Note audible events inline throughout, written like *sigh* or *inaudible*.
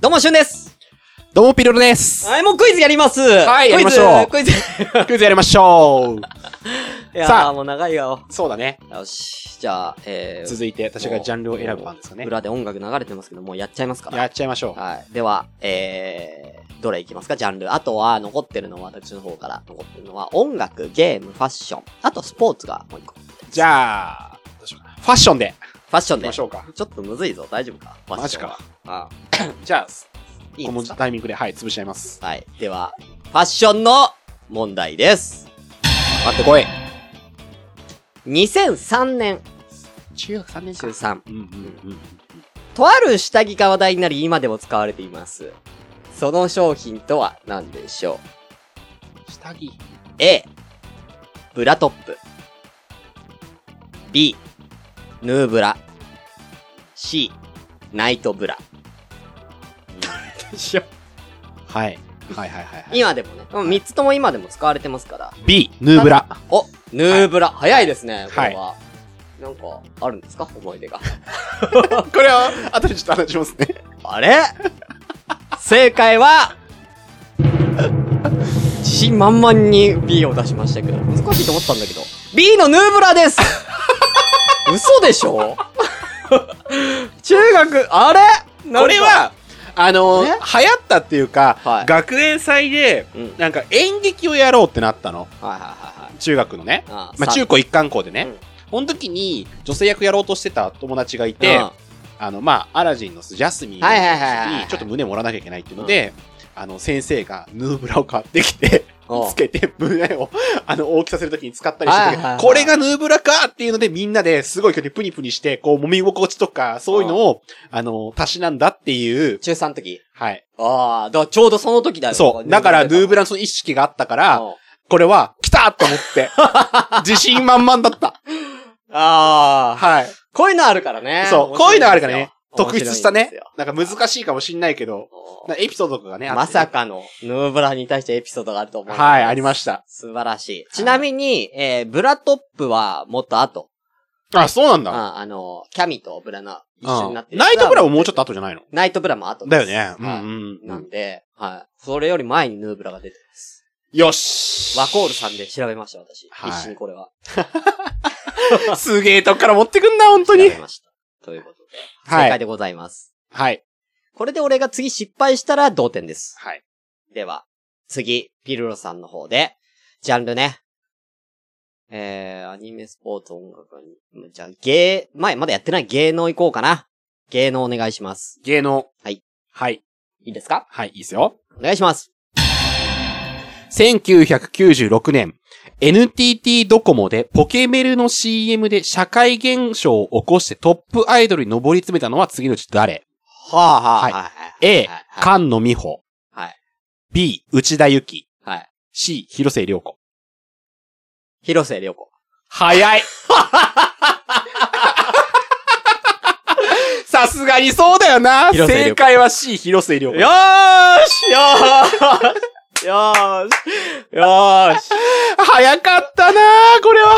どうも、しゅんです。どうも、ピロロです。はい、もうクイズやります。はいクやイりまズしょうクイズ。 *laughs* いクイズやりましょう。やさー、あもう長いよ。そうだね。よし。じゃあ、えー、続いて、私がジャンルを選ぶ番ですよね。裏で音楽流れてますけど、もうやっちゃいますから。やっちゃいましょう。はい。では、えー、どれいきますかジャンル。あとは、残ってるのは、私の方から残ってるのは、音楽、ゲーム、ファッション。あと、スポーツがもう一個。フじゃあ、どうしようかなファッションで。ァッションいきで。まちしょょうか。っとむずいぞ。大丈夫かファッションは。あじゃあ、いいこんでのすかタイミングで、はい、潰しちゃいます。はい。では、ファッションの問題です。待ってこい。 2003年、中学3年生です。 13。うんうんうん。とある下着が話題になり今でも使われています。その商品とは何でしょ下着。う ?A、ブラトップ。B、ヌーブラ。C、ナイトブラ。はい。はいはいはいはい。今でもね、3つとも今でも使われてますから。 B、ヌーブラ。お、ヌーブラ。早いですね、こはいれは。なんか、あるんですか思い出が。これは、後でちょっと話しますね。あれ正解は、自信満々に B を出しましたけど、難しいと思ったんだけど、B のヌーブラです嘘でしょ中学、あれなんかこれは、あの、ね流行ったっていうか、はい学園祭で、うん。はいなんか演劇をやろうってなったの。はいはいはい。中学のね。あさまあ、中高一貫校でね、うんこの時に女性役やろうとしてた友達がいて、うんあのまあアラジンのジャスミンはいはいはいはいはいにちょっと胸盛らなきゃいけないっていうので、あの先生がヌーブラを買ってきておうつけて胸をあの大きくさせるときに使ったりしてたけどはいはいはいこれがヌーブラかっていうのでみんなですごい距離プニプニしてこう揉み心地とかそういうのをあの足しなんだっていう中3の時。はいああ、だからちょうどその時だよ。そうだからヌーラブラのその意識があったからあこれは来たと思って *laughs* 自信満々だったあー、はいこういうのあるからね。そう、こういうのあるからね。特面白いんですよ筆したね。なんかんですよ難しいかもしんないけど、なんかエピソードとかがね、あってまさかの、ヌーブラに対してエピソードがあると思う。はい、ありました。素晴らしい。ちなみに、えー、ブラトップはもっと後。あ、そうなんだ。ああの、キャミとブラの一緒になってうんナイトブラももうちっょっと。と後じゃないのナイトブラも後だでよす。ね。うはいんうなんんで、はい。それより前にヌーブラが出てます。うん。よしワコールさんで調べました、私。はい必死にこれは。 *laughs* すげえとこから持ってくんな、本当調にべ。ました。ということで、はい正解でございます。はい。これで俺が次失敗したら同点です。はい。では、次、ピルロさんの方で、ジャンルね。えー、アニメ、スポーツ、音楽に、じゃあ、芸、前、まだやってない芸能行こうかな。芸能お願いします。芸能。はい。はい。いいですかはい、いいですよ。お願いします。 1996年、NTT ドコモでポケメルの CM で社会現象を起こしてトップアイドルに上り詰めたのは次のうち誰はあははいはい。 ?A はい、菅野美穂。はい。 B、内田有紀。はい。 C、広瀬良子。広瀬良子。早い *laughs* さすがにそうだよな広瀬良子正解は C、広瀬良子。よーしよーしよーしよーし早かったなこれは。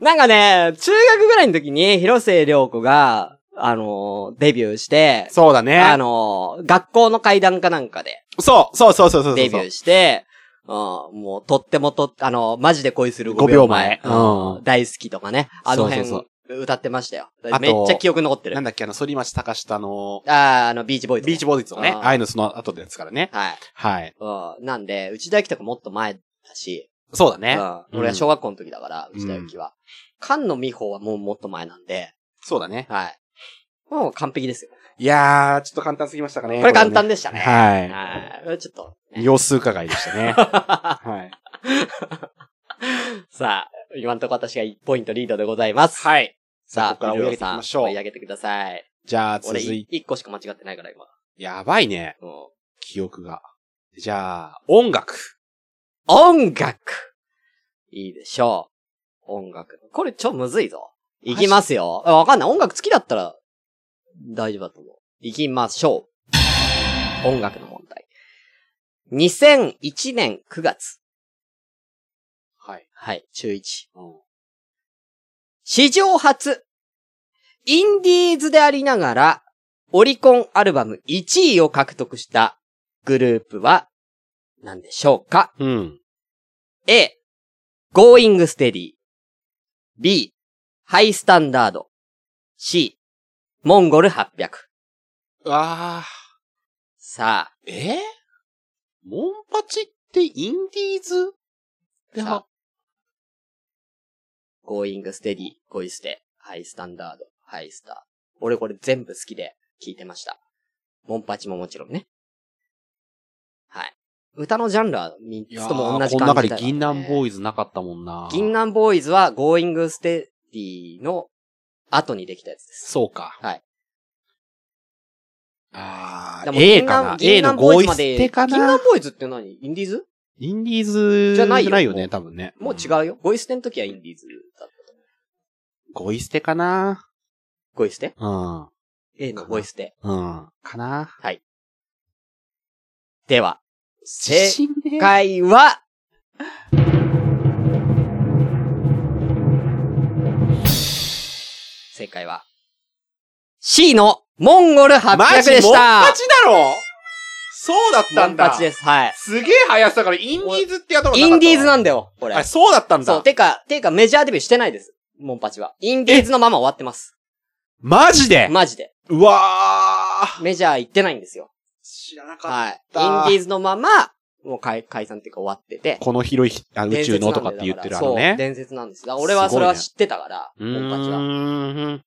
なんかね、中学ぐらいの時に広瀬良子が、あのーデビューして、そうだね。あのー学校の階段かなんかで、そう、そうそうそうそうそう。デビューして、うん、もう、とってもと、あの、マジで恋する5 5秒秒前前。うんうん大好きとかね。あの辺、そうそう歌ってましたよ。あとめっちゃ記憶残ってる。なあんだっけ、あの、反町隆史とあの、ーあの、ビーチボーイズね、ビーチボーイズのね、うんああいうのその後ですからね。はい。はい。うん。なんで、内田有紀とかもっと前だし、そうだうねん。俺は小学校の時だから、内田有紀は。菅野美穂はもうもっと前なんで、そうだね。はい。もう完璧ですよ。いやー、ちょっと簡単すぎましたかね。これ簡単ねでしたね。ははい。ちょっとね、い。様子伺いでした *laughs* ね。 *laughs* はい。さあ、今んとこ私が1ポイントリードでございます。はい。さあ、ここから追い上げていきましょう追い上げてください。じゃあ、続俺、いい一個しか間違ってないから、今。やばいね。うん記憶が。じゃあ、音楽。音楽いいでしょう。音楽。これ、超むずいぞ。いきますよ。あわかんない。音楽好きだったら、大丈夫だと思う。いきましょう。音楽の問題。2001年9月。はい。はい、中1。うん。史上初、インディーズでありながら、オリコンアルバム1位を獲得したグループは何でしょうかうん。 ?A、Going Steady。B、High Standard。C、モンゴル800。ああ。さあ、えモンパチってインディーズでさは、 Going Steady、ゴイステ、ハイスタンダード、ハイスター。俺これ全部好きで聞いてました。モンパチももちろんね。はい。歌のジャンルは3いやつーともこ同じ感じだ、ね。の中に銀杏ボーイーイズなかったもんな。銀杏ボーイズは Going Steady の後にできたやつです。そうか。はい。あであ、も A かな銀杏 ?A の銀杏ボゴーイズまスでテか銀な杏ボーイズって何インディーズインディーズじゃないよないよね、もう多分ね。もう違ん。うよ。ゴイステの時はインディーズだった。ゴイステかなゴイステうん。う ?A のゴイステ。ん。かなでは、自信ね正解は、正解は、C のモンゴルマ800ジでした。モンパチだろそうだったんモンだ。パチです。はい。すげえ速さだから、インディーズってやったことなイかったわンディーズなんだよ、これあれ、。そうだったんそう、だ。てか、てかメジャーデビューしてないです。モンパチは。インディーズのまま終わってます。マジでマジで。うわーメジャー行ってないんですよ。知らなっはい。インデたィーズのまま、もう解解散っていうか終わっててた。。この広いひあ宇宙のとかって言ってるあのそうね。伝説なんです。だから俺はそれはすご知っていねたから、うモンパチは。ーん。うん。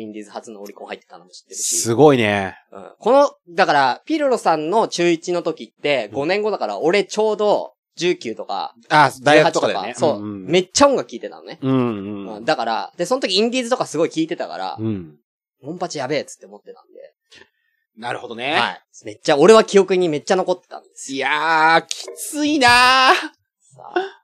インディーズ初のオリコン入ってたのも知ってるし。すごいね。うん。この、だから、ピルロさんの中1の時って、5年後だから、俺ちょうど19とか、あ、大18学ととかかだよね。そう、んめっちゃ音楽聴いてたのね。うんう。うんん。だから、で、その時インディーズとかすごい聴いてたから、うん。モンパチやべえっつって思ってたんで。なるほどね。はい。めっちゃ、俺は記憶にめっちゃ残ってたんですいよ。やー、きついなー。さあ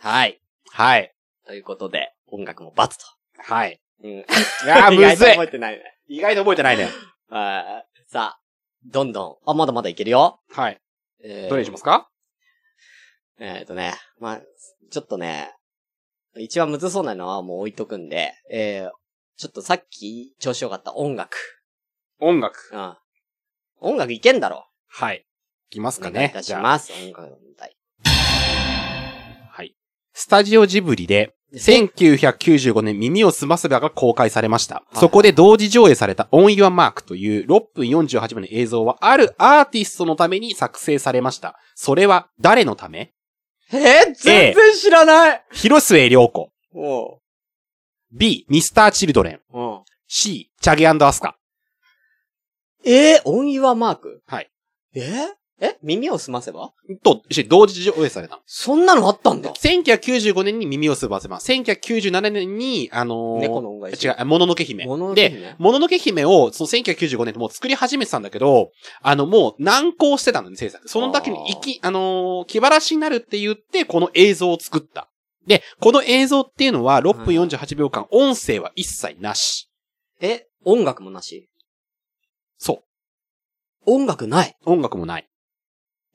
はい。はい。ということで、音楽も罰と。はい。うん。いやー、むずい *laughs* 意外と。覚えてないね。意外と覚えてないね。はい。さあ、どんどん。あ、まだまだいけるよ。はい。えーどれにしますかえっ、とね、まあ、ちょっとね、一番むずそうなのはもう置いとくんで、えー、ちょっとさっき調子よかった音楽。音楽。うん。音楽いけんだろ。はい。いきますおか願いいね。たしじゃあます。音楽の問題。はい。スタジオジブリで、1995年耳をすませばが公開されました。いそこで同時上映されたオン・ユア・マークという6分48秒の映像はあるアーティストのために作成されました。それは誰のためえー、全然知らない、広末涼子。お B、ミスター・チルドレン。ううん。 C、チャゲアスカ。えー、音岩マークはい。えー、え耳を澄ませばと、し同時上映された。そんなのあったんだ。 1995年に耳をすませば、1997年に、あのー猫の恩返し違う、もののけ姫。もののけで、姫もののけ姫を、その1995年でもう作り始めてたんだけど、あの、もう難航してたのね、制作。その時に、いき、あのー気晴らしになるって言って、この映像を作った。で、この映像っていうのは、6分48秒間、音声は一切なし。え、音楽もなしそ。音楽ないう音楽もない。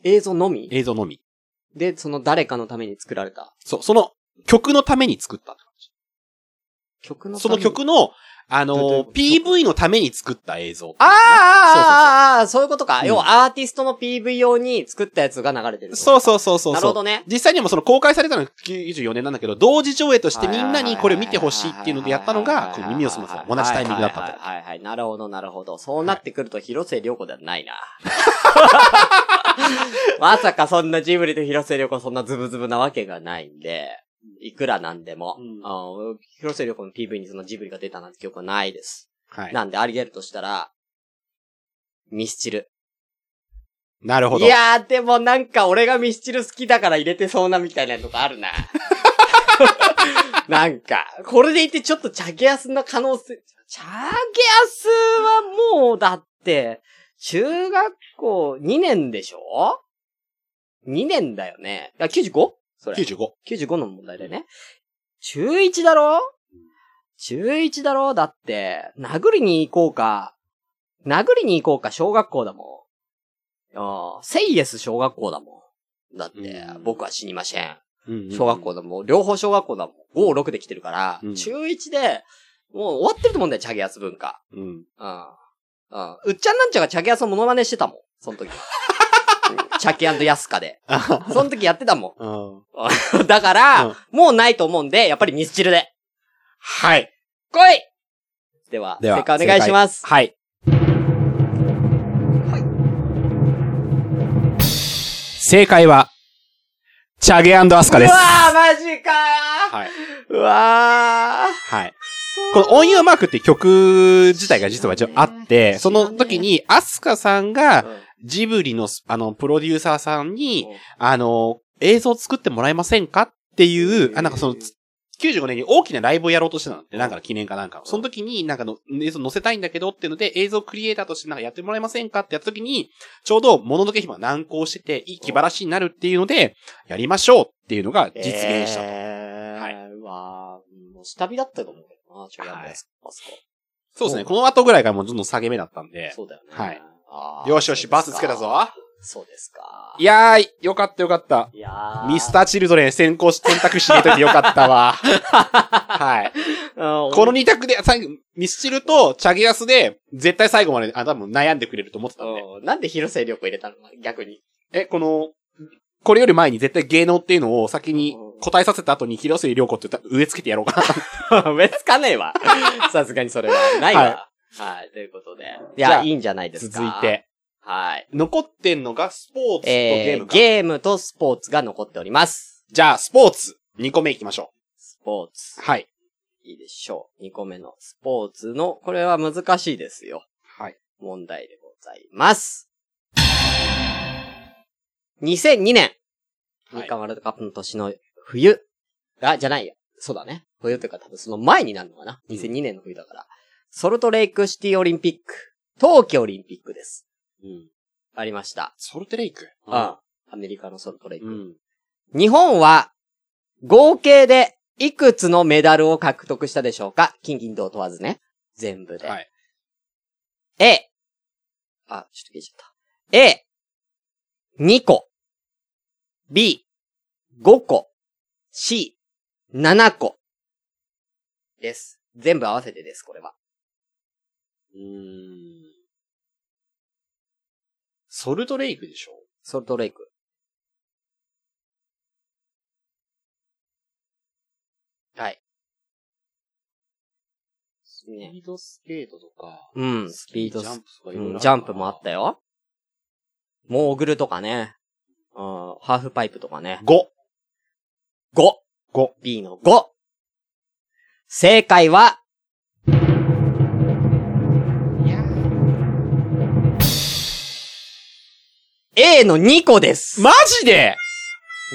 映像のみ映像のみ。で、その誰かのために作られたそう、その、曲のために作った。曲のたそめのに曲の、あどういうのこーと PV のために作った映像。あーあーあーあーあー、そういうことうか。ん要はアーティストの PV 用に作ったやつが流れてる。そうそうそうそうそう。なるほどね。実際にはもうその公開されたのが94年なんだけど、同時上映としてみんなにこれを見てほしいっていうのでやったのが、この耳をすませば同じタイミングだったはいと。はいはいはい。なるほど、なるほど。そうなってくると広瀬良子ではないな。まさかそんなジブリと広瀬良子そんなズブズブなわけがないんで、いくらなんでも、うんあー広瀬良子の PV にそのジブリが出たなんて記憶はないです。はい。なんであり得るとしたら、ミスチル。なるほど。いやー、でもなんか俺がミスチル好きだから入れてそうなみたいなとこあ *laughs* るな。なんか、これでいてちょっとチャゲアスな可能性、チャゲアスはもうだって、中学校2年でしょ ?2 年だよね。あ、95? それ。 95。 95の問題でね。中1だろ中1だろだって、殴りに行こうか、殴りに行こうか小学校だもん。ああ、セイエス小学校だもん。だってう、ん僕は死にません。うん小学校。だもん。両方小学校だもん。5、6で来てるからう、ん中1で、もう終わってると思うんだよ、チャゲアス文化。うん。うん。うん。うっちゃんなんちゃがチャキヤさんモノマネしてたもん。そ *laughs* の時。うんチャキヤンとヤスカで。その時やってたもうん。ん。 *laughs* だから、うんもうないと思うんで、やっぱりミスチルで。はい。来いでは、では正解お願いします。はい。正解は、チャゲアスカです。うわー、マジかー、はい。うわー。はい。このオン・ユア・マークっていう曲自体が実は一応あって、その時にアスカさんがジブリのス、あの、プロデューサーさんに、あの、映像作ってもらえませんかっていう、あ、なんかその、つ95年に大きなライブをやろうとしてたのって、なんかの記念かなんか。その時に、なんかの映像載せたいんだけどっていうので、映像クリエイターとしてなんかやってもらえませんかってやった時に、ちょうど、もののけ姫が難航してて、いい気晴らしになるっていうので、やりましょうっていうのが実現したと。えー、はいうわー、もう下火だったと思うけどな、チャゲヤンのやつ。あそこそうですね。この後ぐらいからもうどんどん下げ目だったんで。そうだよね。はいあー。よしよし、バツつけたぞ。そうですか。いやー、よかったよかった。いやミスタターチルドレン先行し、選択しないといてよかった *laughs* わ。はい。ーこの二択で、最後、ミスチルとチャゲアスで、絶対最後まで、あ、多分悩んでくれると思ってたんで。うんなんで広瀬涼子入れたの逆に。え、この、これより前に絶対芸能っていうのを先に答えさせた後に広末涼子って言ったら植え付けてやろうか *laughs* な。上つかねえわ。さすがにそれは。ないわ。はい、ということで。いじゃや、あいいんじゃないですか。続い。て。はい。残ってんのがスポーツとゲえームー、か。ゲームとスポーツが残っております。じゃあ、スポーツ。2個目いきましょスポーツう。。はい。いいでしょう。2個目のスポーツの、これは難しいですよ。はい。問題でございます。2002年、はい日韓ワールドカップの年の冬。あ、じゃないや。そうだね。冬というか多分その前になるのかな。うん2002年の冬だから。ソルトレイクシティオリンピック、冬季オリンピックです。うん。ありました。ソルテレイク。うん。アメリカのソルトレイク。うん。日本は、合計で、いくつのメダルを獲得したでしょうか金銀銅問わずね。全部で。はい。 A。あ、ちょっと消えちゃった。A。2個。B。5個。C。7個。です。全部合わせてです、これは。うーん。ソルトレイクでしょソルトレイク。はい。スピードスケートとか。うん、スピードジスャンプとかいろいろあうるん、なジャンプもあったよ。モーグルとかね。うん、ハーフパイプとかね。 5。 5。 5。 B の5。正解は、A の2個です。マジで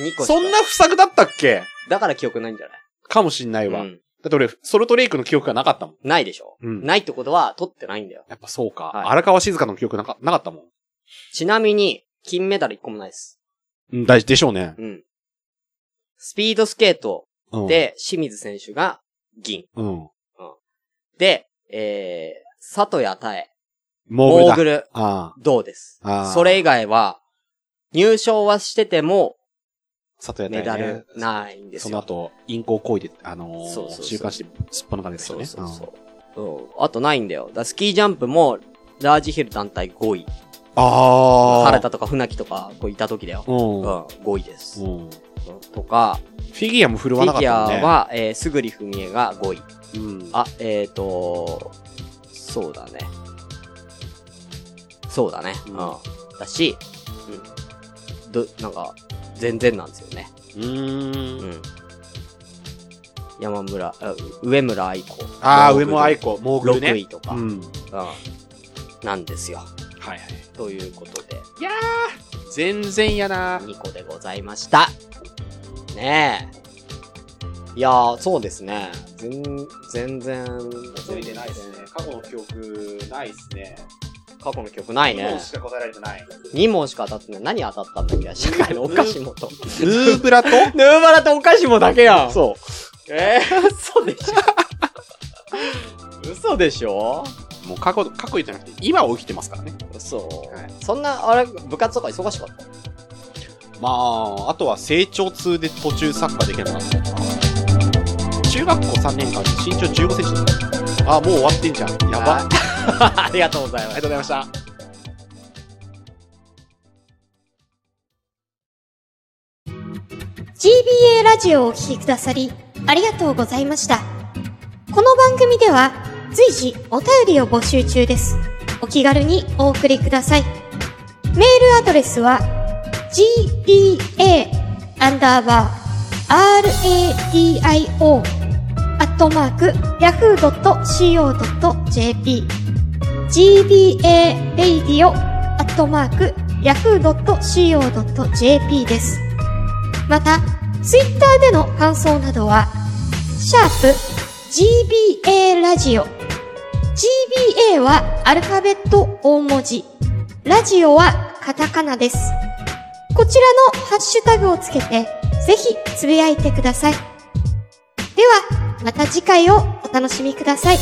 2個しかそんな不作だったっけだから記憶ないんじゃないかもしんないわ。うだんって俺、ソルトレイクの記憶がなかったもん。ないでしょ、うんないってことは取ってないんだよ。やっぱそうか。はい荒川静香の記憶なかなかったもん。ちなみに、金メダル1個もないです。うん、大事でしょうね。うん。スピードスケートうん、で清水選手が銀。うん。で、えー、佐藤谷太江、モーグルモだ。ーグル、あ銅ですあー。それ以外は、入賞はしてても、あ。佐藤やメったダよねルないんですそよ。の後、インコをこいで、あのー、そうそうそう週刊誌すっぱなかれですそようね。そうそう。うんあとないんだよ。だからスキージャンプも、ラージヒル団体5位。うんああ。原田とか船木とか、こういた時だよ。うん。うん、うん。 5位です。フとか、ィギュアも振るフわなかィっギュたアもんね。は、えー、すぐりふみえが5位。うん。あ、えーと、そうだね。そうだね。ううんん。だし、うん。ど、なんか、全然なんですよね。うー。うんん。山村、あ上村愛子。ああ、上もも愛子、モーグル6ね。位とうか、うん、ん。はいなんですよ。はい。ということで、全然やな2個でございました。ねえ。いやー、そうですね。全、全然、覚えてないですね。過去の記憶ないですね。過去の曲ない日本ね。しか答えられてない。 2問しか当たってない。何当たったんだっけ社会のお菓子もと。ヌーブラとヌーバラとお菓子もだけやん。そえー、嘘でしょ嘘でしょう。 *laughs* もう過去、過去じゃなくて、今を生きてますからね。嘘、はいそんな、あれ、部活とか忙しかったまあ、あとは成長痛で途中サッカーできなくなった。中学校3年間で身長15センチだった。あ、もう終わってんじゃん。やば。ありがとうございますありが。とうございました。 GBA ラジオをお聴きくださり、ありがとうございました。この番組では、随時お便りを募集中です。お気軽にお送りください。メールアドレスは、gba, アンダーバー、radio, アットマーク、yahoo.co.jp gba, radio, アットマーク、yahoo.co.jp です。また、ツイッターでの感想などは、シャープ GBA ラジオ。GBA はアルファベット大文字。ラジオはカタカナです。こちらのハッシュタグをつけて、ぜひつぶやいてください。では、また次回をお楽しみください。